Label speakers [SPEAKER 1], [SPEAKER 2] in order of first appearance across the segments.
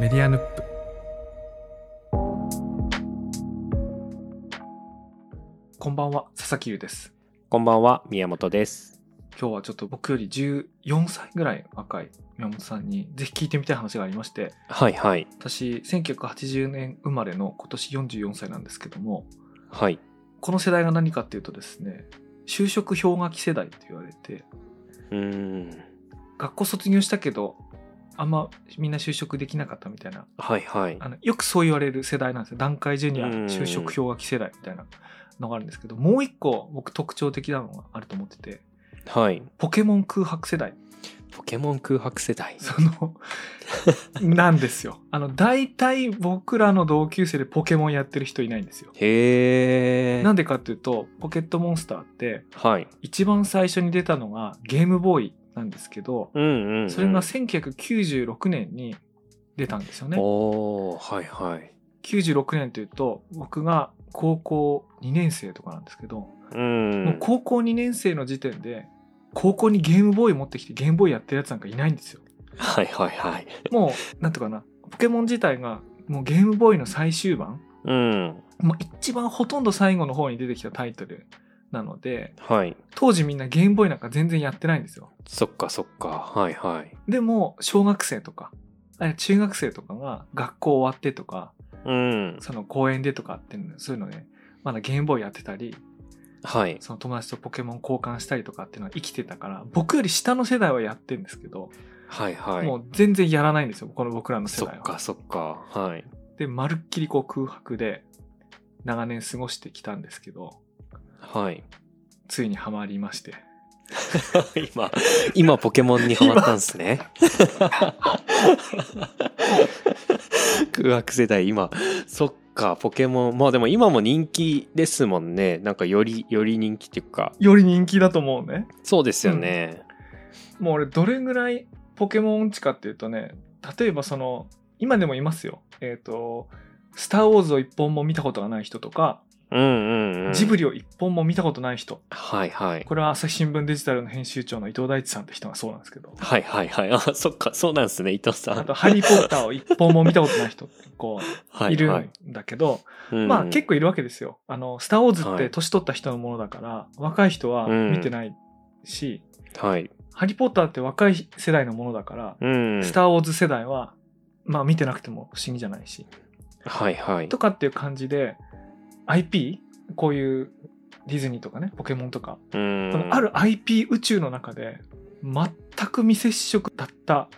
[SPEAKER 1] メディアヌップこんばんは佐々木優です
[SPEAKER 2] こんばんは、宮本です。
[SPEAKER 1] 今日はちょっと僕より14歳ぐらい若い宮本さんにぜひ聞いてみたい話がありまして
[SPEAKER 2] はいはい。
[SPEAKER 1] 私1980年生まれの今年44歳なんですけども
[SPEAKER 2] はい。
[SPEAKER 1] この世代が何かっていうとですね就職氷河期世代と言われて
[SPEAKER 2] うーん。
[SPEAKER 1] 学校卒業したけどあんまみんな就職できなかったみたいな
[SPEAKER 2] はいはい。
[SPEAKER 1] あのよくそう言われる世代なんですよ段階ジュニア
[SPEAKER 2] うん
[SPEAKER 1] 就職氷河期世代みたいなのがあるんですけどもう一個僕特徴的なのがあると思ってて
[SPEAKER 2] はい。
[SPEAKER 1] ポケモン空白世代
[SPEAKER 2] ポケモン空白世代。
[SPEAKER 1] そ のなんですよあの大体僕らの同級生でポケモンやってる人いないんですよ
[SPEAKER 2] へー。
[SPEAKER 1] なん
[SPEAKER 2] ん
[SPEAKER 1] でかっていうとポケットモンスターって
[SPEAKER 2] はい。
[SPEAKER 1] 一番最初に出たのがゲームボーイなんですけど
[SPEAKER 2] うんうん、うん。
[SPEAKER 1] それが1996年に出たんですよね
[SPEAKER 2] おー、はいはい。
[SPEAKER 1] 96年というと僕が高校2年生とかなんですけど、も
[SPEAKER 2] う。
[SPEAKER 1] うん高校2年生の時点で高校にゲームボーイ持ってきてゲームボーイやってるやつなんかいないんですよ
[SPEAKER 2] はいはいはい。
[SPEAKER 1] もうなんとかなポケモン自体がもうゲームボーイの最終版
[SPEAKER 2] うん。
[SPEAKER 1] もう一番ほとんど最後の方に出てきたタイトルなので
[SPEAKER 2] はい。
[SPEAKER 1] 当時みんなゲームボーイなんか全然やってないんですよ
[SPEAKER 2] そっかそっか。はいはい。
[SPEAKER 1] でも小学生とかあ中学生とかが学校終わってとか
[SPEAKER 2] うん。
[SPEAKER 1] その公園でとかっていうのそういうのねまだゲームボーイやってたり
[SPEAKER 2] はい。
[SPEAKER 1] その友達とポケモン交換したりとかっていうのは生きてたから僕より下の世代はやってるんですけど、
[SPEAKER 2] はいはい。
[SPEAKER 1] もう全然やらないんですよこの僕らの世
[SPEAKER 2] そ
[SPEAKER 1] 代
[SPEAKER 2] っ
[SPEAKER 1] は
[SPEAKER 2] か。そっか。はい。
[SPEAKER 1] でまるっきりこう空白で長年過ごしてきたんですけど
[SPEAKER 2] はい。
[SPEAKER 1] ついにはまりまして
[SPEAKER 2] 今、今ポケモンにハマったんですね。空白世代、今。そっか、ポケモン。まあでも今も人気ですもんね。なんかより、より人気っていうか。
[SPEAKER 1] より人気だと思うね
[SPEAKER 2] そうですよね。
[SPEAKER 1] もう俺どれぐらいポケモン音痴かっていうとね例えばその今でもいますよえっ、と「スター・ウォーズ」を一本も見たことがない人とか、
[SPEAKER 2] うん、うんうん。
[SPEAKER 1] ジブリを一本も見たことない人
[SPEAKER 2] はいはい。
[SPEAKER 1] これは朝日新聞デジタルの編集長の伊藤大地さんって人がそうなんですけど
[SPEAKER 2] はいはいはい。あ、そっか、そうなんですね、伊藤さ
[SPEAKER 1] あ
[SPEAKER 2] ん。
[SPEAKER 1] と「ハリー・ポッター」を一本も見たことない人ってこ
[SPEAKER 2] は
[SPEAKER 1] ういる
[SPEAKER 2] はい
[SPEAKER 1] んだけど、
[SPEAKER 2] うん
[SPEAKER 1] まあ結構いるわけですよ。あの「スター・ウォーズ」っ
[SPEAKER 2] は
[SPEAKER 1] て
[SPEAKER 2] い
[SPEAKER 1] 年取った人のものだから、若い人は見てないし
[SPEAKER 2] はい。
[SPEAKER 1] 「ハリー・ポッター」って若い世代のものだから、
[SPEAKER 2] うん。
[SPEAKER 1] スター・ウォーズ」世代はまあ見てなくても不思議じゃないし
[SPEAKER 2] はいはい。
[SPEAKER 1] とかっていう感じで IP こういうディズニーとかねポケモンとか
[SPEAKER 2] うん
[SPEAKER 1] このある IP 宇宙の中で全く未接触だった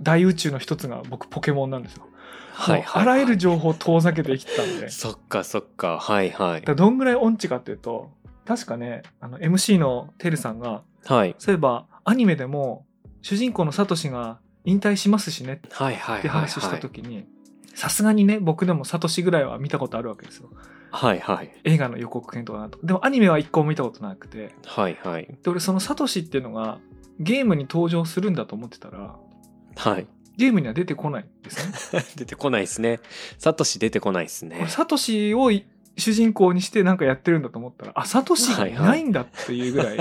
[SPEAKER 1] 大宇宙の一つが僕ポケモンなんですよ。
[SPEAKER 2] はいはい。
[SPEAKER 1] もうあらゆる情報を遠ざけて生きてたんで。だか
[SPEAKER 2] そっかそっか、はいはい。
[SPEAKER 1] らどんぐらい音痴かっていうと確かねあの MC のてるさんが
[SPEAKER 2] はい。
[SPEAKER 1] そういえばアニメでも主人公のサトシが引退しますしねっ
[SPEAKER 2] はいはいはいはい。
[SPEAKER 1] て話した時にさすがにね僕でもサトシぐらいは見たことあるわけですよ。
[SPEAKER 2] はいはい。
[SPEAKER 1] 映画の予告編とかなんとかでもアニメは一個も見たことなくて
[SPEAKER 2] はいはい。
[SPEAKER 1] で俺そのサトシっていうのがゲームに登場するんだと思ってたら
[SPEAKER 2] はい。
[SPEAKER 1] ゲームには出てこないんですね
[SPEAKER 2] 出てこないですね。サトシ出てこないですね
[SPEAKER 1] 俺。サトシをい主人公にしてなんかやってるんだと思ったらあサトシがいないんだっていうぐらい、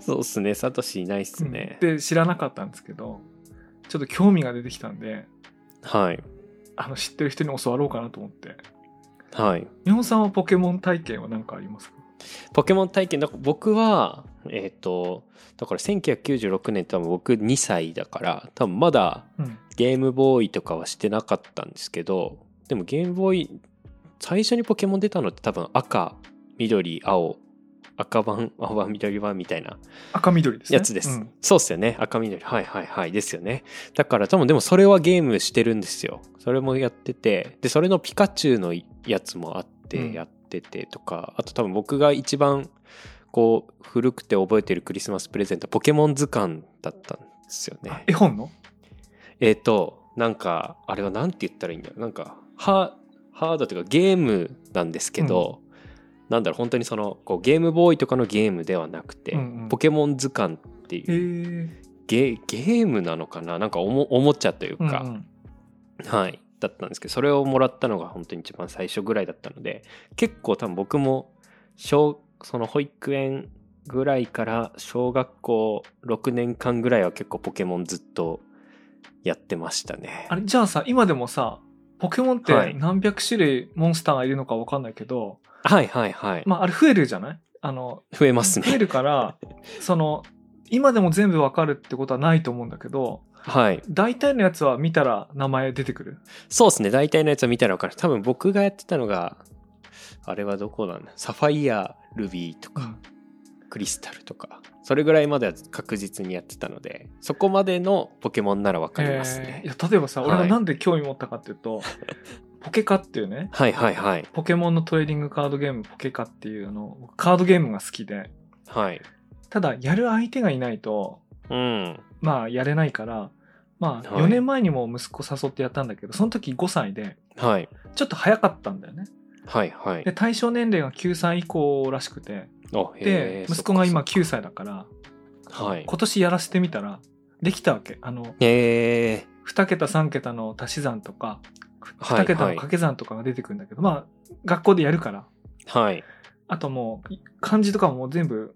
[SPEAKER 2] そうですね。サトシいないですね。
[SPEAKER 1] で知らなかったんですけどちょっと興味が出てきたんで
[SPEAKER 2] はい。
[SPEAKER 1] あの知ってる人に教わろうかなと思って
[SPEAKER 2] はい。
[SPEAKER 1] 日本さんはポケモン体験は何かありますか
[SPEAKER 2] ポケモン体験、だから僕は、えっ、と、だから1996年多分僕2歳だから、多分まだ
[SPEAKER 1] うん
[SPEAKER 2] ゲームボーイとかはしてなかったんですけど、でもゲームボーイ、最初にポケモン出たのって多分赤、緑、青、赤版、青版、緑版みたいな
[SPEAKER 1] 赤緑ですね
[SPEAKER 2] やつです。
[SPEAKER 1] うん
[SPEAKER 2] そうっすよね。赤緑。はいはいはい。ですよね。だから多分でもそれはゲームしてるんですよ。それもやってて。で、それのピカチュウのやつもあっ
[SPEAKER 1] うん
[SPEAKER 2] てやっててとか、あと多分僕が一番こう古くて覚えてるクリスマスプレゼントはポケモン図鑑だったんですよね。
[SPEAKER 1] 絵本の
[SPEAKER 2] えっ、と、なんか、あれはなんて言ったらいいんだろう。なんか、ハハードというかゲームなんですけど、なんだろう、本当にそのこうゲームボーイとかのゲームではなくて、
[SPEAKER 1] うんうん
[SPEAKER 2] ポケモン図鑑っていう
[SPEAKER 1] へえ
[SPEAKER 2] ゲゲームなのかななんかおもおもちゃという
[SPEAKER 1] うんう
[SPEAKER 2] か、
[SPEAKER 1] ん
[SPEAKER 2] はいだったんですけどそれをもらったのが本当に一番最初ぐらいだったので結構多分僕も小その保育園ぐらいから小学校6年間ぐらいは結構ポケモンずっとやってましたね。
[SPEAKER 1] あれ、じゃあさ、今でもさ、ポケモンっ
[SPEAKER 2] は
[SPEAKER 1] て
[SPEAKER 2] い
[SPEAKER 1] 何百種類モンスターがいるのか分かんないけど、
[SPEAKER 2] はいはいはい。
[SPEAKER 1] まあ、あれ増えるじゃないあの、
[SPEAKER 2] 増えます
[SPEAKER 1] 増え
[SPEAKER 2] ね。
[SPEAKER 1] る から、その、今でも全部分かるってことはないと思うんだけど、
[SPEAKER 2] はい。
[SPEAKER 1] 大体のやつは見たら名前出てくる。
[SPEAKER 2] そうですね。大体のやつは見たら分かる。多分僕がやってたのが、あれはどこなんだサファイア、ルビーとか、クリスタルとか、それぐらいまでは確実にやってたので、そこまでのポケモンなら分かりますね
[SPEAKER 1] えー。いや例えばさ、
[SPEAKER 2] はい
[SPEAKER 1] 俺がなんで興味持ったかっていう と、ポケカっていうね、
[SPEAKER 2] はいはいはい。
[SPEAKER 1] ポケモンのトレーディングカードゲーム、ポケカっていうの、僕カードゲームが好きで、
[SPEAKER 2] はい。
[SPEAKER 1] ただやる相手がいないと、
[SPEAKER 2] うん。
[SPEAKER 1] まあやれないから、まあ
[SPEAKER 2] はい
[SPEAKER 1] 4年前にも息子誘ってやったんだけど、その時5歳で、
[SPEAKER 2] はい。
[SPEAKER 1] ちょっと早かったんだよね。
[SPEAKER 2] はいはい
[SPEAKER 1] で、。対象年齢が9歳以降らしくて、
[SPEAKER 2] あへ
[SPEAKER 1] で
[SPEAKER 2] ー、
[SPEAKER 1] 息子が今
[SPEAKER 2] そっか
[SPEAKER 1] 9歳だから、
[SPEAKER 2] そっかはい。
[SPEAKER 1] 今年やらせてみたら、できたわけ。あの、
[SPEAKER 2] へえ。
[SPEAKER 1] 2桁3桁の足し算とか、
[SPEAKER 2] はい
[SPEAKER 1] 2桁の掛け算とかが出てくるんだけど、まあ、学校でやるから。
[SPEAKER 2] はい。
[SPEAKER 1] あともう、漢字とかももう全部、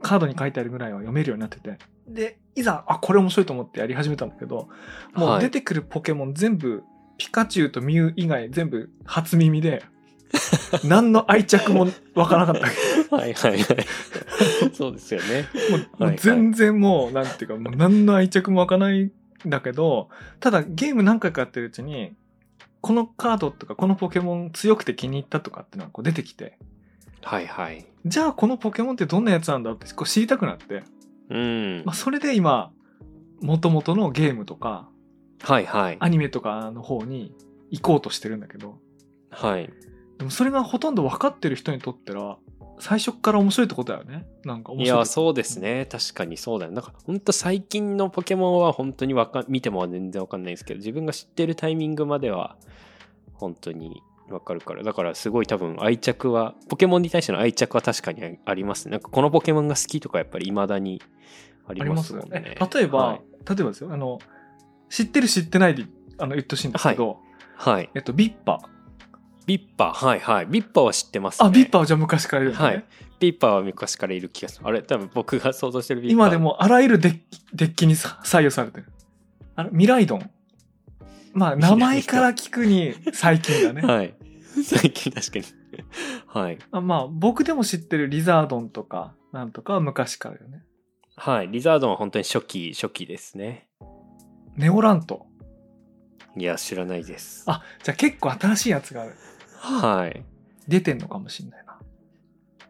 [SPEAKER 1] カードに書いてあるぐらいは読めるようになってて。で、いざ、あ、これ面白いと思ってやり始めたんだけど、も
[SPEAKER 2] は
[SPEAKER 1] う
[SPEAKER 2] い
[SPEAKER 1] 出てくるポケモン全部、ピカチュウとミュウ以外全部初耳 で、何の愛着もわからなかったけ
[SPEAKER 2] はいはい はい。そうですよね。
[SPEAKER 1] ど、もうもう全然もう、なんていうか、もう何の愛着もわからないんだけど、ただゲーム何回かやってるうちに、このカードとかこのポケモン強くて気に入ったとかっていうのがこう出てきて、
[SPEAKER 2] はいはい。
[SPEAKER 1] じゃあこのポケモンってどんなやつなんだろうってこう知りたくなって、
[SPEAKER 2] うん
[SPEAKER 1] まあ、。それで今元々のゲームとか
[SPEAKER 2] はいはい。
[SPEAKER 1] アニメとかの方に行こうとしてるんだけど
[SPEAKER 2] はい。
[SPEAKER 1] でもそれがほとんど分かってる人にとっては最初っから面白いってことだよねなんか面
[SPEAKER 2] い
[SPEAKER 1] 白い
[SPEAKER 2] や、そうですね。確かにそうだよ。なんか、ほんと最近のポケモンは本当にわか見ても全然わかんないですけど、自分が知ってるタイミングまでは本当にわかるから。だからすごい多分愛着は、ポケモンに対しての愛着は確かにありますね。なんかこのポケモンが好きとかやっぱり未だにあり
[SPEAKER 1] あり
[SPEAKER 2] ま
[SPEAKER 1] ますす
[SPEAKER 2] も
[SPEAKER 1] よ
[SPEAKER 2] んね
[SPEAKER 1] ね。例えば、
[SPEAKER 2] はい
[SPEAKER 1] 例えばですよあの知ってる知ってないであの言ってほしいんですけど、
[SPEAKER 2] はい。
[SPEAKER 1] えっとビッパ
[SPEAKER 2] ビッパー、はいはい。ビッパーは知ってます、ね。
[SPEAKER 1] あビッパーはじゃあ昔からいるんですね、
[SPEAKER 2] はいビッパーは昔からいる気がする。あれ、多分僕が想像してるビッパー。
[SPEAKER 1] 今で。もあらゆるデッキデッキにさ左右されてるあれ未来ドンまあ
[SPEAKER 2] 未来
[SPEAKER 1] 名
[SPEAKER 2] ドン
[SPEAKER 1] 前から聞く に最近だね
[SPEAKER 2] はい。 最近確かに。はい。
[SPEAKER 1] あまあ僕でも知ってるリザードンとかなんとかは昔からよね
[SPEAKER 2] はい。リザードンは本当に初期、初期ですね。
[SPEAKER 1] ネオラント
[SPEAKER 2] いや、知らないです。
[SPEAKER 1] あじゃあ結構新しいやつがある
[SPEAKER 2] はい。
[SPEAKER 1] 出てんのかもしんないな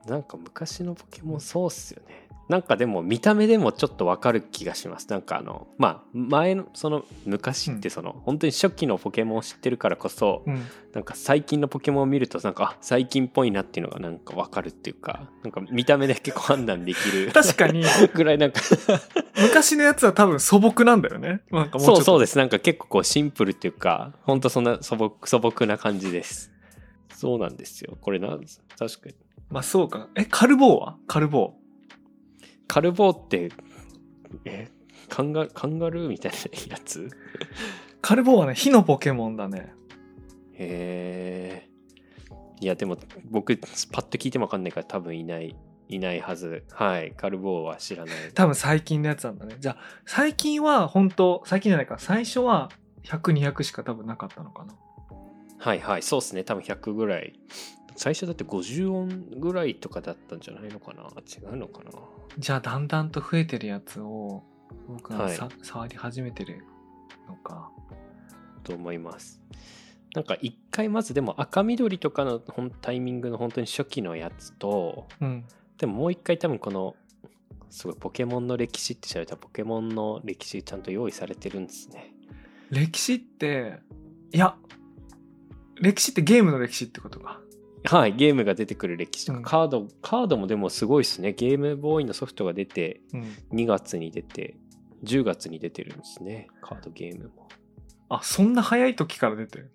[SPEAKER 2] なんか昔のポケモンそうっすよね。なんかでも見た目でもちょっとわかる気がします。なんかあの、まあ、前の、その昔ってその、本当に初期のポケモンを知ってるからこそ、
[SPEAKER 1] うん
[SPEAKER 2] なんか最近のポケモンを見るとなんかあ最近っぽいなっていうのがなんかわかるっていうかなんか見た目で結構判断できる
[SPEAKER 1] 確かに
[SPEAKER 2] ぐらいなんか
[SPEAKER 1] 昔のやつは多分素朴なんだよねなんかもうちょっ
[SPEAKER 2] そう
[SPEAKER 1] と
[SPEAKER 2] そうですなんか結構こうシンプルっていうかほんとそんな素朴素朴な感じですそうなんですよこれなんです確かに
[SPEAKER 1] まあそうかえカルボーはカルボー
[SPEAKER 2] カルボーってえカンガカンガルーみたいなやつ
[SPEAKER 1] カルボーはね火のポケモンだね
[SPEAKER 2] へえいやでも僕パッと聞いてもわかんないから多分いないいないはずはいカルボーは知らない
[SPEAKER 1] 多分最近のやつなんだねじゃあ最近は本当最近じゃないか最初は100200しか多分なかったのかな
[SPEAKER 2] はいはい、そうですね、多分100ぐらい。最初だって50音ぐらいとかだったんじゃないのかな違うのかな
[SPEAKER 1] じゃあだんだんと増えてるやつを僕がさ、
[SPEAKER 2] は
[SPEAKER 1] 触り始めてるのか
[SPEAKER 2] と思います。なんか一回まずでも赤緑とかのほんタイミングの本当に初期のやつと、
[SPEAKER 1] うん
[SPEAKER 2] でももう一回多分この、すごいポケモンの歴史って調べたらポケモンの歴史ちゃんと用意されてるんですね。
[SPEAKER 1] 歴史っていや歴史ってゲームの歴史ってことか
[SPEAKER 2] はい、ゲームが出てくる歴史とか、
[SPEAKER 1] うん
[SPEAKER 2] カード、カードもでもすごいですね。ゲームボーイのソフトが出て、
[SPEAKER 1] うん
[SPEAKER 2] 2月に出て、10月に出てるんですね。カードゲームも。
[SPEAKER 1] あそんな早い時から出てる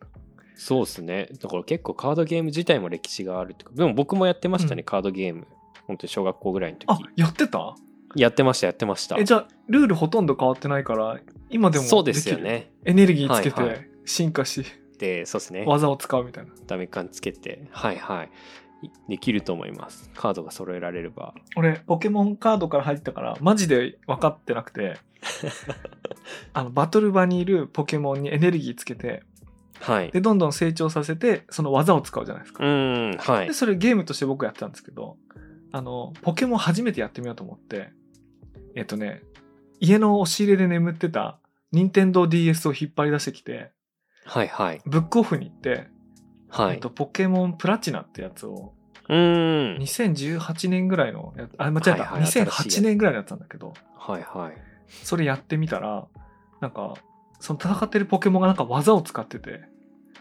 [SPEAKER 2] そうですね。だから結構カードゲーム自体も歴史があるとか、でも僕もやってましたね、
[SPEAKER 1] うん
[SPEAKER 2] カードゲーム。本当に小学校ぐらいの
[SPEAKER 1] あ
[SPEAKER 2] 時。
[SPEAKER 1] やってた
[SPEAKER 2] やってました、やってました。
[SPEAKER 1] えじゃあルールほとんど変わってないから今でも
[SPEAKER 2] そうですよね。
[SPEAKER 1] できるエネルギーつけ
[SPEAKER 2] はいは
[SPEAKER 1] て進化し、
[SPEAKER 2] で、そうですね。
[SPEAKER 1] 技を使うみたいな
[SPEAKER 2] ダメ感つけて。はいはい。いできると思います。カードが揃えられれば。
[SPEAKER 1] 俺ポケモンカードから入ったからマジで分かってなく てあのバトル場にいるポケモンにエネルギーつけて
[SPEAKER 2] はい。
[SPEAKER 1] でどんどん成長させてその技を使うじゃないですか
[SPEAKER 2] う、ーん、はい
[SPEAKER 1] で。それゲームとして僕やってたんですけどあのポケモン初めてやってみようと思ってえっとね家の押し入れで眠ってた任天堂 d s を引っ張り出してきて
[SPEAKER 2] はい、はい。
[SPEAKER 1] ブックオフに行って、
[SPEAKER 2] は
[SPEAKER 1] えっ
[SPEAKER 2] い
[SPEAKER 1] と。ポケモンプラチナってやつを
[SPEAKER 2] うーん。
[SPEAKER 1] 2018年ぐらいのやあ間違えた、
[SPEAKER 2] はいはい新しいや
[SPEAKER 1] 2008
[SPEAKER 2] つ
[SPEAKER 1] 年ぐらいのやつなんだけど
[SPEAKER 2] はい、はい。
[SPEAKER 1] それやってみたらなんかその戦ってるポケモンがなんか技を使って て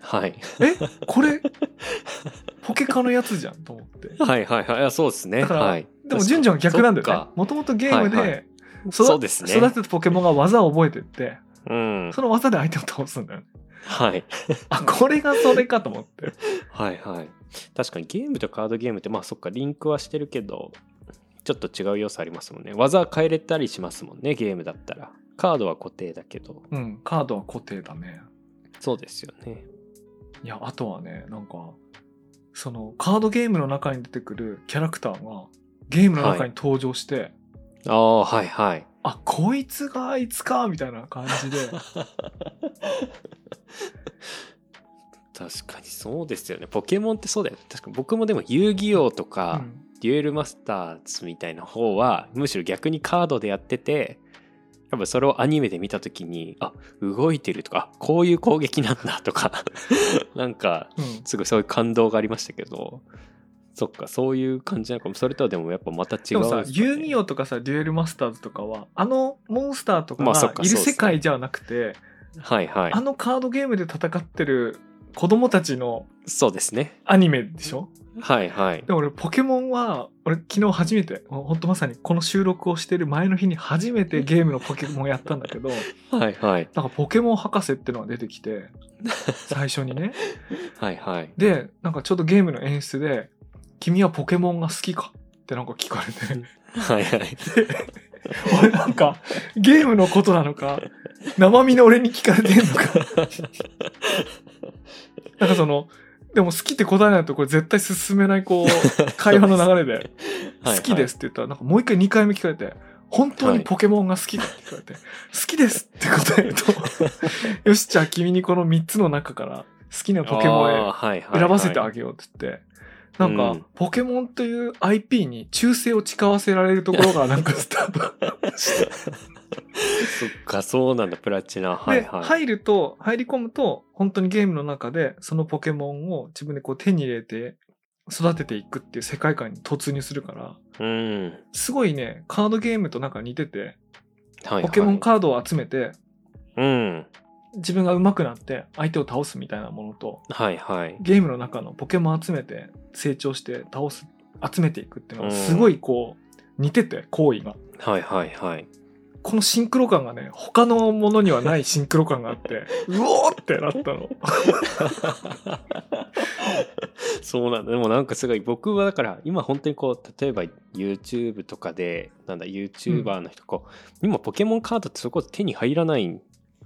[SPEAKER 2] はい。
[SPEAKER 1] えこれポケカのやつじゃんと思って
[SPEAKER 2] はい、はい、はいあ。そうですね。
[SPEAKER 1] だから
[SPEAKER 2] はい。
[SPEAKER 1] でも順序は逆なんだよね
[SPEAKER 2] そっか
[SPEAKER 1] もともとゲーム
[SPEAKER 2] はいは
[SPEAKER 1] で育て
[SPEAKER 2] そうですね。
[SPEAKER 1] 育てたポケモンが技を覚えてって
[SPEAKER 2] うん。
[SPEAKER 1] その技で相手を倒すんだよね
[SPEAKER 2] はい。
[SPEAKER 1] あこれがそれかと思って
[SPEAKER 2] はいはい。確かにゲームとカードゲームって、まあそっか、リンクはしてるけど、ちょっと違う要素ありますもんね。技変えれたりしますもんね、ゲームだったら。カードは固定だけど。
[SPEAKER 1] うんカードは固定だね
[SPEAKER 2] そうですよね。
[SPEAKER 1] いやあとはねなんかそのカードゲームの中に出てくるキャラクターがゲームの中に登場して、
[SPEAKER 2] ああ、はいはい。
[SPEAKER 1] あこいつがあいつかみたいな感じ で
[SPEAKER 2] 確かにそうですよね。ポケモンってそうだよね。確か僕もでも遊戯王と
[SPEAKER 1] う
[SPEAKER 2] か、
[SPEAKER 1] ん
[SPEAKER 2] デュエルマスターズみたいな方は、むしろ逆にカードでやってて、多分それをアニメで見た時に、あ、動いてるとか、あこういう攻撃なんだとか、 なんか
[SPEAKER 1] うん
[SPEAKER 2] すごいそういう感動がありましたけどそっかそういう感じなのかもそれとはでもやっぱまた違
[SPEAKER 1] で
[SPEAKER 2] うん
[SPEAKER 1] も
[SPEAKER 2] ですか
[SPEAKER 1] さ
[SPEAKER 2] ね、
[SPEAKER 1] 遊戯王とかさデュエルマスターズとかはあのモンスターとか
[SPEAKER 2] まあそ
[SPEAKER 1] が
[SPEAKER 2] っか
[SPEAKER 1] いる
[SPEAKER 2] そうっすね
[SPEAKER 1] 世界じゃなくて、
[SPEAKER 2] はいはい
[SPEAKER 1] あのカードゲームで戦ってる子供たちの
[SPEAKER 2] そうですね
[SPEAKER 1] アニメでしょ
[SPEAKER 2] はいはい
[SPEAKER 1] で俺ポケモンは俺昨日初めてほんとまさにこの収録をしてる前の日に初めてゲームのポケモンやったんだけど
[SPEAKER 2] はいはい
[SPEAKER 1] なんかポケモン博士ってのが出てきて最初にね
[SPEAKER 2] はいはい
[SPEAKER 1] でなんかちょうどゲームの演出で「君はポケモンが好きか?」ってなんか聞かれて
[SPEAKER 2] はい はい
[SPEAKER 1] 俺なんかゲームのことなのか生身の俺に聞かれてんのかなんかそのでも好きって答えないとこれ絶対進めないこう会話の流れで「好きです」って言ったらなんかもう一回2回目聞かれて「本当にポケモンが好きか?」って聞かれて「好きです」って答えると「よしじゃあ君にこの3つの中から好きなポケモンへ
[SPEAKER 2] ンへ
[SPEAKER 1] 選ばせてあ
[SPEAKER 2] げ
[SPEAKER 1] げようって言って、なんか、
[SPEAKER 2] うん
[SPEAKER 1] ポケモンという IP に忠誠を誓わせられるところが なんかスタート。
[SPEAKER 2] そっかそうなんだプラチナはい
[SPEAKER 1] で、
[SPEAKER 2] はい
[SPEAKER 1] 入ると、入り込むと、本当にゲームの中でそのポケモンを自分でこう手に入れて育てていくっていう世界観に突入するから、
[SPEAKER 2] うんはい
[SPEAKER 1] すごいね、カードゲームとなんか似てて、
[SPEAKER 2] はい
[SPEAKER 1] ポケモンカードを集めて、
[SPEAKER 2] うん
[SPEAKER 1] 自分が上手くなって相手を倒すみたいなものと、
[SPEAKER 2] はいはい
[SPEAKER 1] ゲームの中のポケモン集めて成長して倒す集めていくっていうのがすごいこう似てて行為が
[SPEAKER 2] はいはいはい
[SPEAKER 1] このシンクロ感がね他のものにはないシンクロ感があって うおーってなったの
[SPEAKER 2] そうなんだでもなんかすごい僕はだから今本当にこう例えば YouTube とかでなんだ YouTuber の人こう、今ポケモンカードってそこ手に入らない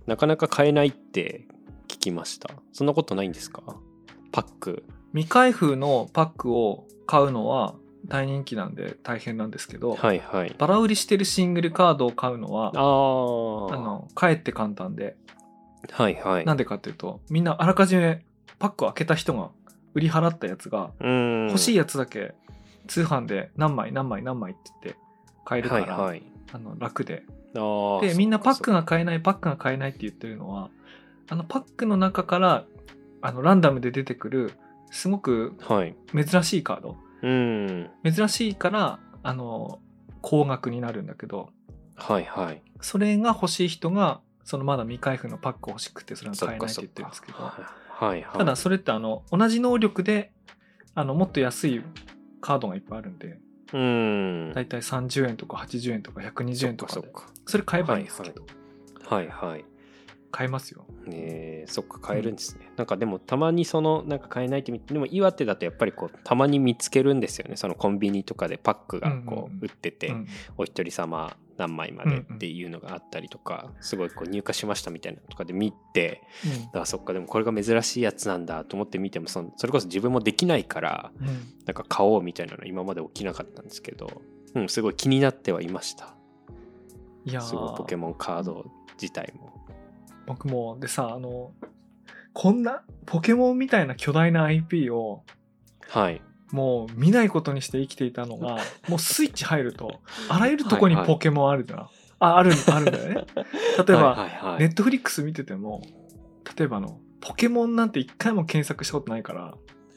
[SPEAKER 2] なかなか買えないって聞きましたそんなことないんですかパック
[SPEAKER 1] 未開封のパックを買うのは大人気なんで大変なんですけど、
[SPEAKER 2] はいはい
[SPEAKER 1] バラ売りしてるシングルカードを買うのは
[SPEAKER 2] あ
[SPEAKER 1] あ
[SPEAKER 2] あ
[SPEAKER 1] のかえって簡単で
[SPEAKER 2] はいはい
[SPEAKER 1] なんでかっていうとみんなあらかじめパックを開けた人が売り払ったやつが
[SPEAKER 2] うん
[SPEAKER 1] 欲しい
[SPEAKER 2] や
[SPEAKER 1] やつだけ通販で何枚何枚何枚って言って買えるか
[SPEAKER 2] はい
[SPEAKER 1] ら、
[SPEAKER 2] はい
[SPEAKER 1] あの楽で
[SPEAKER 2] あー
[SPEAKER 1] でみんなパック
[SPEAKER 2] そっか
[SPEAKER 1] が買えないパックが買えないって言ってるのはあのパックの中からあのランダムで出てくるすごく
[SPEAKER 2] そっかはい
[SPEAKER 1] 珍しいカード
[SPEAKER 2] うん
[SPEAKER 1] 珍しいからあの高額になるんだけど
[SPEAKER 2] はいはい
[SPEAKER 1] それが欲しい人がそのまだ未開封のパック欲しくてそれは
[SPEAKER 2] そ
[SPEAKER 1] 買
[SPEAKER 2] っ
[SPEAKER 1] えないっ
[SPEAKER 2] か
[SPEAKER 1] て
[SPEAKER 2] そ
[SPEAKER 1] 言
[SPEAKER 2] っ
[SPEAKER 1] ってるん
[SPEAKER 2] か
[SPEAKER 1] ですけど
[SPEAKER 2] はいはい
[SPEAKER 1] ただそれってあの同じ能力であのもっと安いカードがいっぱいあるんで
[SPEAKER 2] うん
[SPEAKER 1] だいたい30円とか80円とか120円とか
[SPEAKER 2] そっ
[SPEAKER 1] で
[SPEAKER 2] かそっ
[SPEAKER 1] それ買えばいいんですけど
[SPEAKER 2] かはいはい
[SPEAKER 1] 買えますよ
[SPEAKER 2] ねえそっか買えるんですね、なんかでもたまにそのなんか買えないってみでも岩手だとやっぱりこうたまに見つけるんですよねそのコンビニとかでパックが
[SPEAKER 1] う
[SPEAKER 2] こ
[SPEAKER 1] んうんうん
[SPEAKER 2] う売ってて、
[SPEAKER 1] うん
[SPEAKER 2] お一人様何枚までっていうのがあったりとか、すごいこう入荷しましたみたいなのとかで見てあそっかでもこれが珍しいやつなんだと思って見てもそのそれこそ自分もできないから
[SPEAKER 1] うん
[SPEAKER 2] なんか買おうみたいなの今まで起きなかったんですけど、うん、すごい気になってはいました
[SPEAKER 1] いやー
[SPEAKER 2] すごいポケモンカード自体も
[SPEAKER 1] 僕もでさあのこんなポケモンみたいな巨大な IP を
[SPEAKER 2] はい
[SPEAKER 1] もう見ないことにして生きていたの がもうスイッチ入るとあらゆるとこにポケモンあるじゃん、ああるあるんだよ ね例えば、
[SPEAKER 2] はいはいはい
[SPEAKER 1] ネットフリックス見てても例えばあのポケモンなんて一回も検索したことないから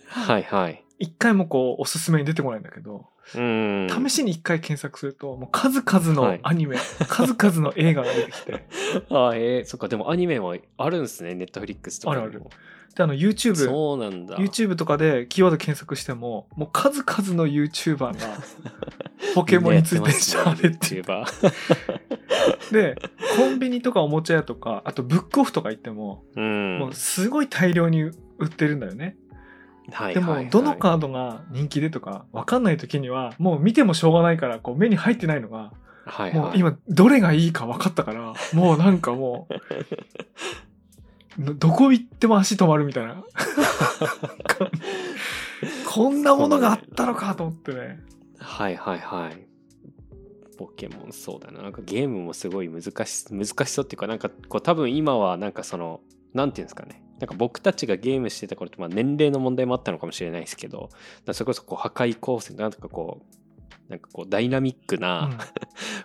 [SPEAKER 2] はいはい
[SPEAKER 1] 一回もこうおすすめに出てこないんだけど、
[SPEAKER 2] うん
[SPEAKER 1] 試しに一回検索するともう数々
[SPEAKER 2] は
[SPEAKER 1] の
[SPEAKER 2] い
[SPEAKER 1] アニメ、数々の映画が出てきて
[SPEAKER 2] あえー、そっかでもアニメはあるんですねネットフリックスとかにも
[SPEAKER 1] あるであの YouTube
[SPEAKER 2] そうなんだ
[SPEAKER 1] YouTube とかでキーワード検索してももう数々の YouTuber がポケモンについて喋って
[SPEAKER 2] れば
[SPEAKER 1] でコンビニとかおもちゃ屋とかあとブックオフとか行っても、
[SPEAKER 2] うん
[SPEAKER 1] もうすごい大量に売ってるんだよね
[SPEAKER 2] はい
[SPEAKER 1] で
[SPEAKER 2] はいは
[SPEAKER 1] も
[SPEAKER 2] い
[SPEAKER 1] どのカードが人気でとか分かんない時にはもう見てもしょうがないからこう目に入ってないのが
[SPEAKER 2] はいはい
[SPEAKER 1] もう今どれがいいか分かったから もうなんかもうのどこ行っても足止まるみたい なこんなものがあったのかと思ってね
[SPEAKER 2] はいはいはい。ポケモンそうだな。なんかゲームもすごい難し難しそうっていうか、なんかこう多分今はなんかその、なんていうんですかね。なんか僕たちがゲームしてた頃ってまあ年齢の問題もあったのかもしれないですけど、だからそれこそこう破壊光線なんとかこう、なんかこうダイナミックな、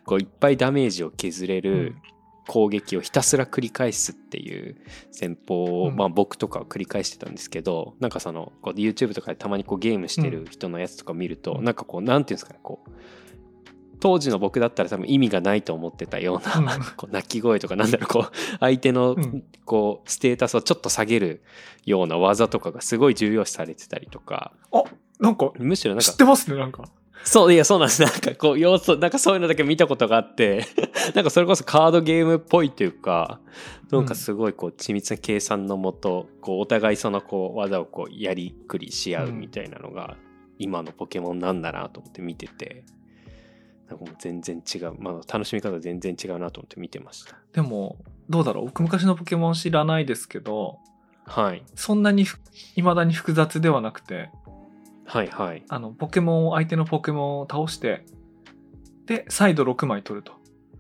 [SPEAKER 2] こういっぱいダメージを削れ
[SPEAKER 1] う
[SPEAKER 2] る
[SPEAKER 1] ん
[SPEAKER 2] 攻撃をひたすら繰り返すっていう戦法を、
[SPEAKER 1] うん
[SPEAKER 2] まあ僕とかは繰り返してたんですけどなんかそのこう YouTube とかでたまにこうゲームしてる人のやつとか見ると、
[SPEAKER 1] うん
[SPEAKER 2] なんかこうなんていうんですかねこう当時の僕だったら多分意味がないと思ってたような、
[SPEAKER 1] うん
[SPEAKER 2] こう泣き声とかなんだろうこう相手の
[SPEAKER 1] うん
[SPEAKER 2] こうステータスをちょっと下げるような技とかがすごい重要視されてたりとか
[SPEAKER 1] なんか
[SPEAKER 2] むしろなんか
[SPEAKER 1] 知ってますねなんか
[SPEAKER 2] そう、いや、そうなんです。なんかこう、要素、なんかそういうのだけ見たことがあ って、なんかそれこそカードゲームっぽいというか、なんかすごいこう、緻密な計算のもと、こう、お互いそのこう、技をこう、やりくりし合うみたいなのが、今のポケモンなんだなと思って見てて、なんかもう全然違う、まあ、楽しみ方全然違うなと思って見てました。
[SPEAKER 1] でもどうだろう僕昔のポケモン知らないですけど
[SPEAKER 2] はい。
[SPEAKER 1] そんなにいまだに複雑ではなくて
[SPEAKER 2] はいはい。
[SPEAKER 1] あのポケモンを相手のポケモンを倒してで再度6枚取ると、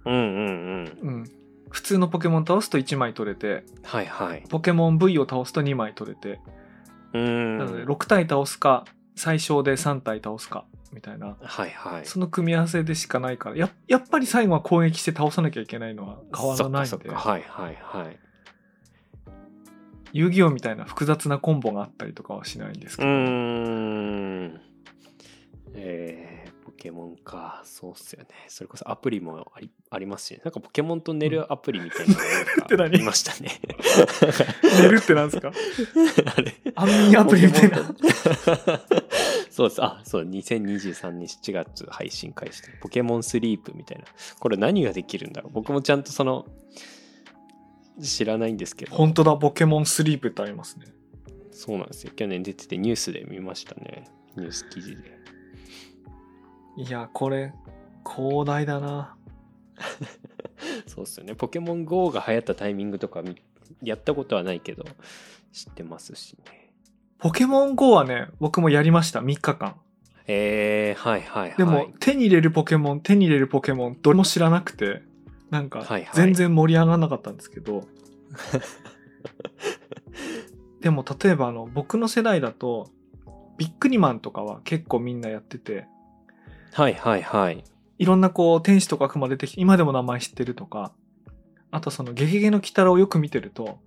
[SPEAKER 2] うんうんうん。
[SPEAKER 1] うん、普通のポケモン倒すと1枚取れて
[SPEAKER 2] はいはい。
[SPEAKER 1] ポケモン V を倒すと2枚取れて
[SPEAKER 2] うーん。
[SPEAKER 1] なので6体倒すか最小で3体倒すかみたいな
[SPEAKER 2] はいはい。
[SPEAKER 1] その組み合わせでしかないからややっぱり最後は攻撃して倒さなきゃいけないのは変わらない
[SPEAKER 2] そ
[SPEAKER 1] ん
[SPEAKER 2] っか
[SPEAKER 1] で
[SPEAKER 2] そっかはいはいはい。
[SPEAKER 1] 遊戯王みたいな複雑なコンボがあったりとかはしないんですけ
[SPEAKER 2] う
[SPEAKER 1] ど、
[SPEAKER 2] ーん。えー、ポケモンか。そうっすよね。それこそアプリもありありますし、なんかポケモンと寝るアプリみたいな の
[SPEAKER 1] て
[SPEAKER 2] が
[SPEAKER 1] 何
[SPEAKER 2] いましたね。
[SPEAKER 1] 寝るってなんですか
[SPEAKER 2] あれ
[SPEAKER 1] 安眠アプリみたいな
[SPEAKER 2] ポケモン とそうです。あ、そう、2023年7月配信開始で。ポケモンスリープみたいな。これ何ができるんだろう僕もちゃんとその、知らないんですけど。
[SPEAKER 1] 本当だポケモンスリープってありますね
[SPEAKER 2] そうなんですよ。去年出ててニュースで見ましたね。ニュース記事で。
[SPEAKER 1] いやこれ広大だな
[SPEAKER 2] そうっすよね。ポケモン GO が流行ったタイミングとかみやったことはないけど、知ってますしね。
[SPEAKER 1] ポケモン GO はね僕もやりました3日間
[SPEAKER 2] えー、はいはいはい。
[SPEAKER 1] でも、手に入れるポケモン手に入れるポケモンどれも知らなくてなんか
[SPEAKER 2] はいはい
[SPEAKER 1] 全然盛り上がらなかったんですけ ど、でも例えばあの僕の世代だとビックリマンとかは結構みんなやってて
[SPEAKER 2] はいはいはい。
[SPEAKER 1] いろんなこう天使とか悪魔出てきて今でも名前知ってるとかあとその「ゲゲゲの鬼太郎」をよく見てると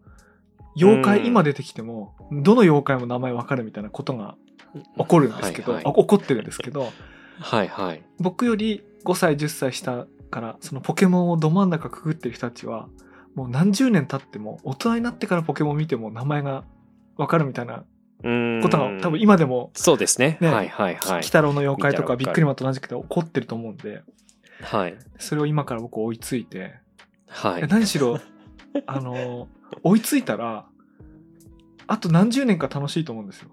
[SPEAKER 1] 妖
[SPEAKER 2] う
[SPEAKER 1] 怪
[SPEAKER 2] ん
[SPEAKER 1] 今出てきてもどの妖怪も名前わかるみたいなことが起こるんですけど、
[SPEAKER 2] はい
[SPEAKER 1] あ
[SPEAKER 2] はい。
[SPEAKER 1] 起こってるんですけど
[SPEAKER 2] はいはい、
[SPEAKER 1] 僕より5歳10歳下からそのポケモンをど真ん中くぐってる人たちはもう何十年経っても大人になってからポケモン見ても名前がわかるみたいな
[SPEAKER 2] うーん
[SPEAKER 1] ことが多分今でも
[SPEAKER 2] そうですね。
[SPEAKER 1] ね
[SPEAKER 2] はいはい
[SPEAKER 1] き
[SPEAKER 2] は
[SPEAKER 1] 鬼
[SPEAKER 2] い。
[SPEAKER 1] 太郎の妖怪とか
[SPEAKER 2] 見
[SPEAKER 1] ビ
[SPEAKER 2] たら
[SPEAKER 1] ッ
[SPEAKER 2] わかる
[SPEAKER 1] クリマンと同じくて起こってると思うんで
[SPEAKER 2] はい。
[SPEAKER 1] それを今から僕追いついて
[SPEAKER 2] はい
[SPEAKER 1] や
[SPEAKER 2] い。
[SPEAKER 1] 何しろあの追いついたらあと何十年か楽しいと思うんですよ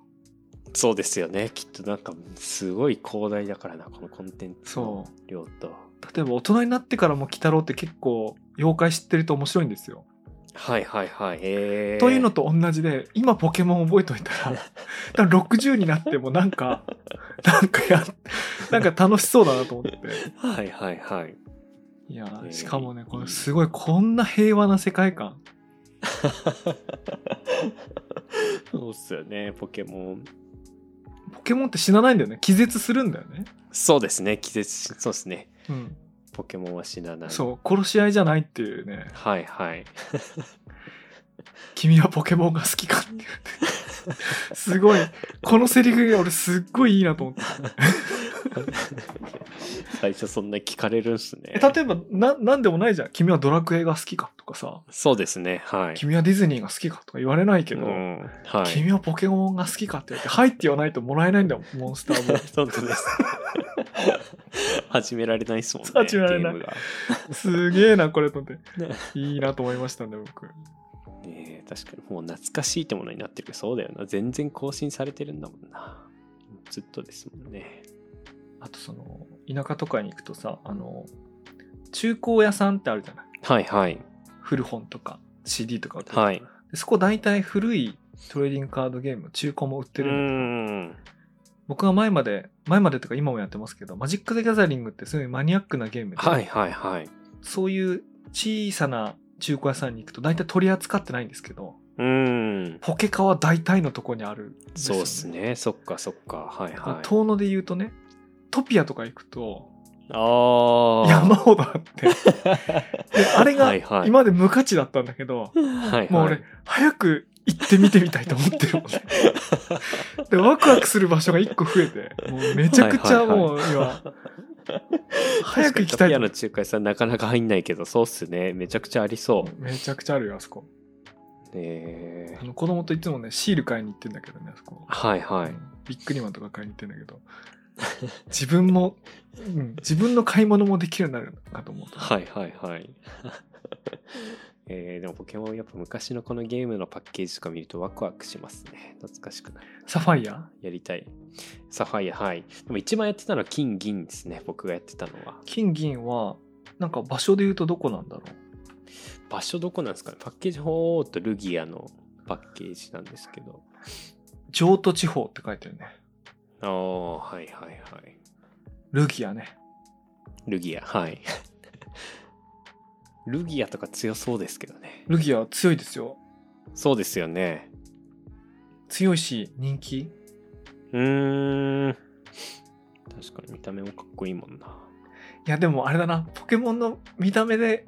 [SPEAKER 2] そうですよね。きっとなんか、すごい広大だからな、このコンテンツの
[SPEAKER 1] そう
[SPEAKER 2] 量と。
[SPEAKER 1] 例えば大人になってからも鬼太郎って結構妖怪知ってると面白いんですよ。
[SPEAKER 2] はいはいはい。えー、
[SPEAKER 1] というのと同じで今ポケモン覚えといた ら多分60になってもなんかなんかやなんか楽しそうだなと思って。
[SPEAKER 2] はいはいはい。
[SPEAKER 1] いやー
[SPEAKER 2] えー
[SPEAKER 1] しかもねこれすごいこんな平和な世界観。
[SPEAKER 2] そうっすよね、ポケモン。
[SPEAKER 1] ポケモンって死なないんだよね気絶するんだよね。
[SPEAKER 2] そうですね、気絶し、そうですね。
[SPEAKER 1] うん、
[SPEAKER 2] ポケモンは死なない。う。
[SPEAKER 1] そう殺し合いじゃないっていうね
[SPEAKER 2] はいはい。
[SPEAKER 1] 君はポケモンが好きか っていうねすごいこのセリフが俺すっごいいいなと思って
[SPEAKER 2] 最初そんな聞かれるんすね。
[SPEAKER 1] え例えばな何でもないじゃん君はドラクエが好きかとかさ
[SPEAKER 2] そうですね、はい。
[SPEAKER 1] 君はディズニーが好きかとか言われないけど、
[SPEAKER 2] うん、はい。
[SPEAKER 1] 君はポケモンが好きかって言って「はい」って言わないともらえないんだもんモンスタ ーも
[SPEAKER 2] 本当 です。始められないっすもんね。
[SPEAKER 1] 始められない
[SPEAKER 2] ゲームが。
[SPEAKER 1] すげえなこれと思って
[SPEAKER 2] ね
[SPEAKER 1] いいなと思いましたね僕
[SPEAKER 2] ねえ確かにもう懐かしいってものになってるけどそうだよな全然更新されてるんだもんなずっとですもんね
[SPEAKER 1] あとその田舎とかに行くとさあの中古屋さんってあるじゃない
[SPEAKER 2] はいはい
[SPEAKER 1] 古本とか CD とか売ってる
[SPEAKER 2] はい
[SPEAKER 1] でそこ大体古いトレーディングカードゲーム中古も売って
[SPEAKER 2] う
[SPEAKER 1] るんだけど
[SPEAKER 2] ーん
[SPEAKER 1] 僕は前まで前までとか今もやってますけどマジック・ザ・ギャザリングってすごいマニアックなゲームで、
[SPEAKER 2] はいはいはい
[SPEAKER 1] そういう小さな中古屋さんに行くと大体取り扱ってないんですけど
[SPEAKER 2] うーん
[SPEAKER 1] ポケカは大体のとこにあるんですよ
[SPEAKER 2] そうっすねそっかそっかはいはい
[SPEAKER 1] 遠野で言うとねトピアとか行くと
[SPEAKER 2] ああ
[SPEAKER 1] 山ほどあ ってであれが
[SPEAKER 2] はいはい
[SPEAKER 1] 今まで無価値だったんだけど、
[SPEAKER 2] はいはい
[SPEAKER 1] もう俺早く行ってみてみたいと思ってるもん ねでワクワクする場所が1個増えてもうめちゃくちゃもう今早く行きたい
[SPEAKER 2] 確かに
[SPEAKER 1] と
[SPEAKER 2] タピアの仲介さんなかなか入んないけどそうっすねめちゃくちゃありそう
[SPEAKER 1] めちゃくちゃあるよあそこ
[SPEAKER 2] え
[SPEAKER 1] あの子供といつもねシール買いに行ってんだけどねあそこ
[SPEAKER 2] はいはい
[SPEAKER 1] ビックリマンとか買いに行ってんだけど自分も、うん、自分の買い物もできるようになるのかと思うと
[SPEAKER 2] はいはいはい。 えーでもポケモンやっぱ昔のこのゲームのパッケージとか見るとワクワクしますね。懐かしくない。
[SPEAKER 1] サファイア
[SPEAKER 2] やりたい。サファイアはい。でも一番やってたのは金銀ですね。僕がやってたのは。
[SPEAKER 1] 金銀はなんか場所で言うとどこなんだろう
[SPEAKER 2] 場所どこなんですかねパッケージほーっとルギアのパッケージなんですけど。
[SPEAKER 1] 譲渡地方って書いてるね
[SPEAKER 2] ああ、はいはいはい。
[SPEAKER 1] ルギアね
[SPEAKER 2] ルギア、はい。 ルギアとか強そうですけどね。
[SPEAKER 1] ルギアは強いですよ
[SPEAKER 2] そうですよね。
[SPEAKER 1] 強いし人気
[SPEAKER 2] うーん。確かに見た目もかっこいいもんな。
[SPEAKER 1] いやでもあれだなポケモンの見た目で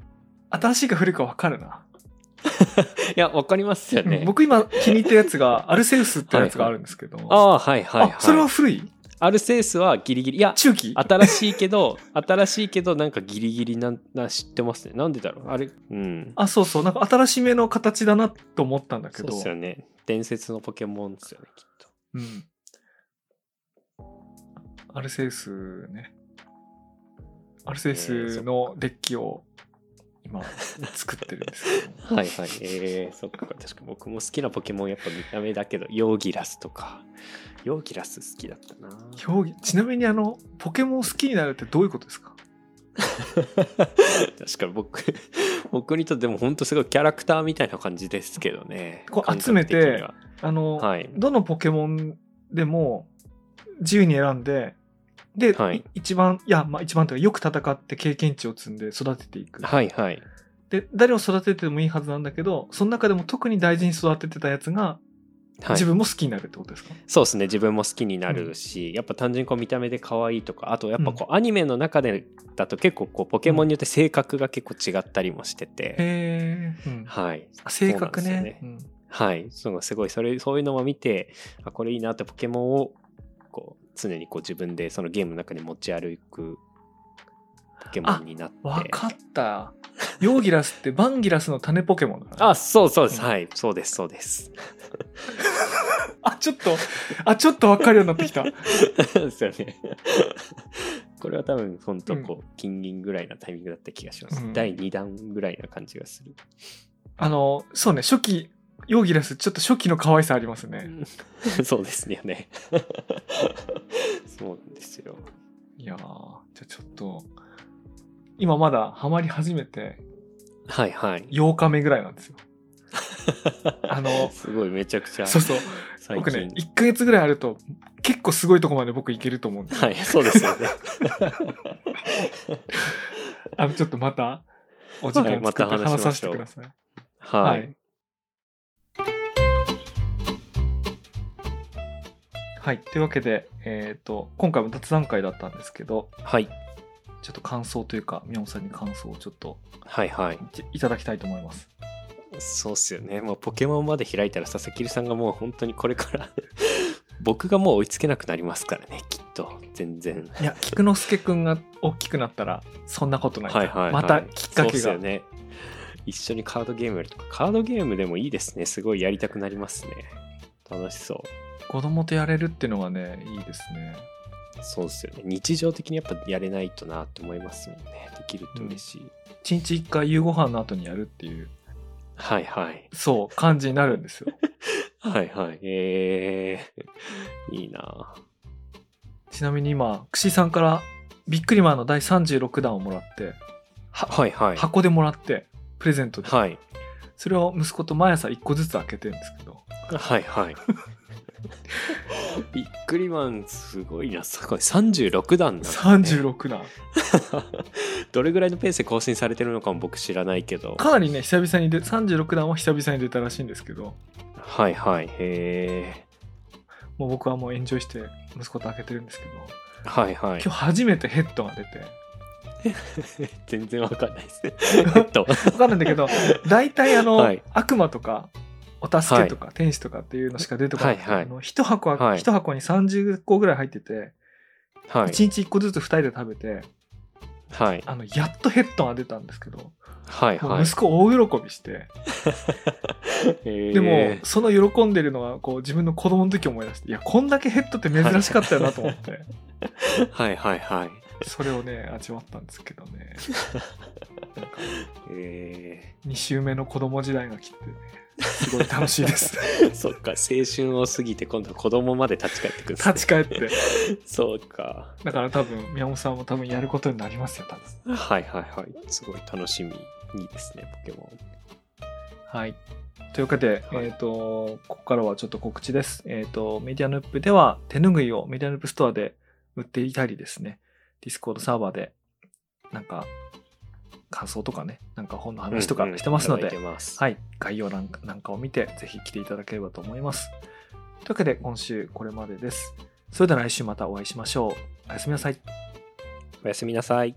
[SPEAKER 1] 新しいか古いか分かるな、
[SPEAKER 2] いや、わかりますよね。
[SPEAKER 1] 僕今気に入ったやつが アルセウスってやつがあるんですけど、
[SPEAKER 2] ああ、はいはい、はい。
[SPEAKER 1] あそれは古い
[SPEAKER 2] アルセウスはギリギリ。いや、
[SPEAKER 1] 中期
[SPEAKER 2] 新しいけど、新しいけど、なんかギリギリな、な知ってますね。なんでだろう。あれ、うん。
[SPEAKER 1] あそうそうなんか新しめの形だなと思ったんだけ
[SPEAKER 2] そう
[SPEAKER 1] ど
[SPEAKER 2] ですよね。伝説のポケモンですよね、きっと。
[SPEAKER 1] うん、アルセウスねアルセウスのデッキを今作ってるんですけど
[SPEAKER 2] はいはい。えー、そっか。確か僕も好きなポケモン、やっぱ見た目だけど、ヨーギラスとか。ヨーギラス好きだった な。
[SPEAKER 1] 競技ちなみにあのポケモン好きになるってどういうことですか
[SPEAKER 2] 確かに僕、 僕にとっても本当すごいキャラクターみたいな感じですけどね。
[SPEAKER 1] こう集めて
[SPEAKER 2] 感覚的には
[SPEAKER 1] あの、
[SPEAKER 2] はい。
[SPEAKER 1] どのポケモンでも自由に選んで、で、
[SPEAKER 2] はい
[SPEAKER 1] い一番、いや、まあ一番というか、よく戦って経験値を積んで育てていく。
[SPEAKER 2] はいはい。
[SPEAKER 1] で、誰を育ててもいいはずなんだけど、その中でも特に大事に育ててたやつが、
[SPEAKER 2] はい
[SPEAKER 1] 自分も好きになるってことですか、
[SPEAKER 2] そうですね自分も好きになるし、やっぱ単純にこう見た目で可愛いとかあとやっぱこうアニメの中でだと結構こうポケモンによって性格が結構違ったりもしてて、
[SPEAKER 1] へえ、うん。
[SPEAKER 2] はい
[SPEAKER 1] あ性格ね。
[SPEAKER 2] そうはいそうすごいそれそういうのを見てあこれいいなってポケモンをこう常にこう自分でそのゲームの中で持ち歩くポケモンになって
[SPEAKER 1] うんわかった。ヨーギラスってバンギラスの種ポケモンだから
[SPEAKER 2] あそうそうです、
[SPEAKER 1] うん
[SPEAKER 2] はいそうですそうです
[SPEAKER 1] あ、ちょっと、あ、ちょっとわかるようになってきた。
[SPEAKER 2] ですよね これは多分本当こう、金銀ぐらいなタイミングだった気がします、
[SPEAKER 1] うん
[SPEAKER 2] 第2弾ぐらいな感じがする
[SPEAKER 1] あの、そうね、初期、ヨーギラス、ちょっと初期の可愛さありますね。
[SPEAKER 2] そうですよね。そうなんですよ。
[SPEAKER 1] いやーじゃあちょっと今まだハマり始めて
[SPEAKER 2] はいはい。
[SPEAKER 1] 8日目ぐらいなん ですよ。あの
[SPEAKER 2] すごい、めちゃくちゃ
[SPEAKER 1] そうそう。
[SPEAKER 2] 最
[SPEAKER 1] 僕ね
[SPEAKER 2] 近、。
[SPEAKER 1] 1ヶ月ぐらいあると結構すごいとこまで僕いけると思うんです
[SPEAKER 2] はい、そうで すよね。
[SPEAKER 1] あの、ちょっとまたお時間作って
[SPEAKER 2] はいまた話
[SPEAKER 1] 話
[SPEAKER 2] し
[SPEAKER 1] さ
[SPEAKER 2] ましょう
[SPEAKER 1] せてください。
[SPEAKER 2] は
[SPEAKER 1] は
[SPEAKER 2] い。
[SPEAKER 1] い。はい。というわけで、えっ、と、今回も雑談会だったんですけど、
[SPEAKER 2] はい。
[SPEAKER 1] ちょっと感想というか、宮本さんに感想をちょっと
[SPEAKER 2] はいはい。
[SPEAKER 1] いいただきたいと思います。
[SPEAKER 2] そうっすよね。もうポケモンまで開いたら佐々木さんがもう本当にこれから 僕がもう追いつけなくなりますからね、きっと。全然。
[SPEAKER 1] いや、菊之助くんが大きくなったら、そんなことない。
[SPEAKER 2] はいはい、はい。
[SPEAKER 1] またきっか
[SPEAKER 2] そうっ
[SPEAKER 1] け
[SPEAKER 2] す
[SPEAKER 1] が
[SPEAKER 2] よ。ね。一緒にカードゲームやるとか、カードゲームでもいいですね。すごいやりたくなりますね。楽しそう。
[SPEAKER 1] 子供とやれるっていうのはね、いいですね。
[SPEAKER 2] そうですよね。日常的にやっぱやれないとなって思いますもんね。できると嬉しい。
[SPEAKER 1] 一日一回夕ご飯の後にやるっていう、
[SPEAKER 2] はいはい。
[SPEAKER 1] そう、感じになるんですよ。
[SPEAKER 2] はいはい。えー、いいなぁ
[SPEAKER 1] ちなみに今、串井さんから、ビックリマンの第36弾をもらって、
[SPEAKER 2] はいはい。
[SPEAKER 1] 箱でもらって、プレゼントで。
[SPEAKER 2] はい。
[SPEAKER 1] それを息子と毎朝1個ずつ開けてるんですけど、
[SPEAKER 2] はいはい。ビックリマンすごいな。すごい。36段なんだ、ね。
[SPEAKER 1] 36弾。
[SPEAKER 2] どれぐらいのペースで更新されてるのかも僕知らないけど。
[SPEAKER 1] かなりね、久々に出、36弾は久々に出たらしいんですけど、
[SPEAKER 2] はいはい。へ
[SPEAKER 1] もう僕はもうエンジョイして息子と開けてるんですけど、
[SPEAKER 2] ー。はいは
[SPEAKER 1] 今日初めてヘッドが出て、
[SPEAKER 2] い。 全然わかんないです ね。えっ
[SPEAKER 1] わ
[SPEAKER 2] と。
[SPEAKER 1] かんないんだけ ど、大体あの、
[SPEAKER 2] はい
[SPEAKER 1] 悪魔とか、お助けとか、天使とかっていうのしか出てこない。
[SPEAKER 2] はいはい
[SPEAKER 1] あの一箱は、
[SPEAKER 2] はい
[SPEAKER 1] 一箱に30個ぐらい入ってて、
[SPEAKER 2] はい
[SPEAKER 1] 一。日一個ずつ二人で食べて、
[SPEAKER 2] はい。
[SPEAKER 1] あの、やっとヘッドが出たんですけど、
[SPEAKER 2] はい
[SPEAKER 1] も
[SPEAKER 2] は
[SPEAKER 1] う
[SPEAKER 2] い。
[SPEAKER 1] 息子大喜びして、でも
[SPEAKER 2] へー
[SPEAKER 1] その喜んでるのはこう自分の子供の時思い出していやこんだけヘッドって珍しかったよなと思って、
[SPEAKER 2] はいはいはい。
[SPEAKER 1] それをね味わったんですけどね
[SPEAKER 2] え
[SPEAKER 1] 2週目の子供時代が来てねすごい楽しいです
[SPEAKER 2] ー、そっか、青春を過ぎて今度は子供まで立ち返ってくるんですね、
[SPEAKER 1] 立ち返って
[SPEAKER 2] そうか。
[SPEAKER 1] だから多分宮本さんも多分やることになりますよ多分
[SPEAKER 2] はいはいはい。すごい楽しみ。いいですね、ポケモン。
[SPEAKER 1] はい。というわけで、
[SPEAKER 2] はい
[SPEAKER 1] えっ、と、ここからはちょっと告知です。えっ、と、メディアヌップでは手ぬぐいをメディアヌップストアで売っていたりですね、ディスコードサーバーで、なんか、感想とかね、なんか本の話とかしてますので、
[SPEAKER 2] うんうんいただいてます
[SPEAKER 1] はい、概要欄なんかを見て、ぜひ来ていただければと思います。というわけで、今週これまでです。それでは来週またお会いしましょう。おやすみなさい。
[SPEAKER 2] おやすみなさい。